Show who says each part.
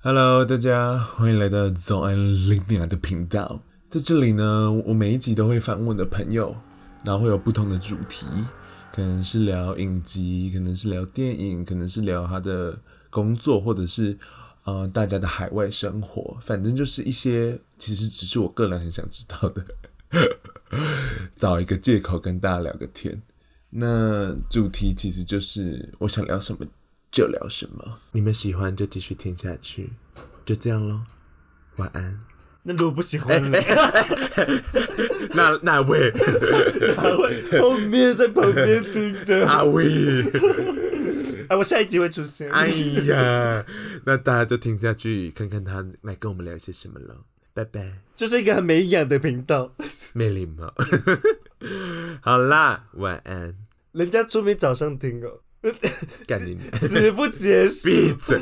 Speaker 1: Hello，大家欢迎来到早安林鸟的频道。在这里呢，我每一集都会访问我的朋友，然后会有不同的主题，可能是聊影集，可能是聊电影，可能是聊他的工作，或者是呃大家的海外生活，反正就是一些其实只是我个人很想知道的，找一个借口跟大家聊个天。那主题其实就是我想聊什么就聊什么，你们喜欢就继续听下去，就这样喽，晚安。
Speaker 2: 那如果不喜欢呢？
Speaker 1: 那那位
Speaker 2: 他会 后面在旁边听的。
Speaker 1: 阿威，
Speaker 2: 哎，我下一集会出现。
Speaker 1: 哎呀，那大家就听下去，看看他来跟我们聊些什么了。拜拜，
Speaker 2: 就是一个很没营养的频道，
Speaker 1: 没礼貌。 好啦，晚安，
Speaker 2: 人家出名早上听哦，
Speaker 1: 干你娘，
Speaker 2: 死不结束。
Speaker 1: 闭嘴。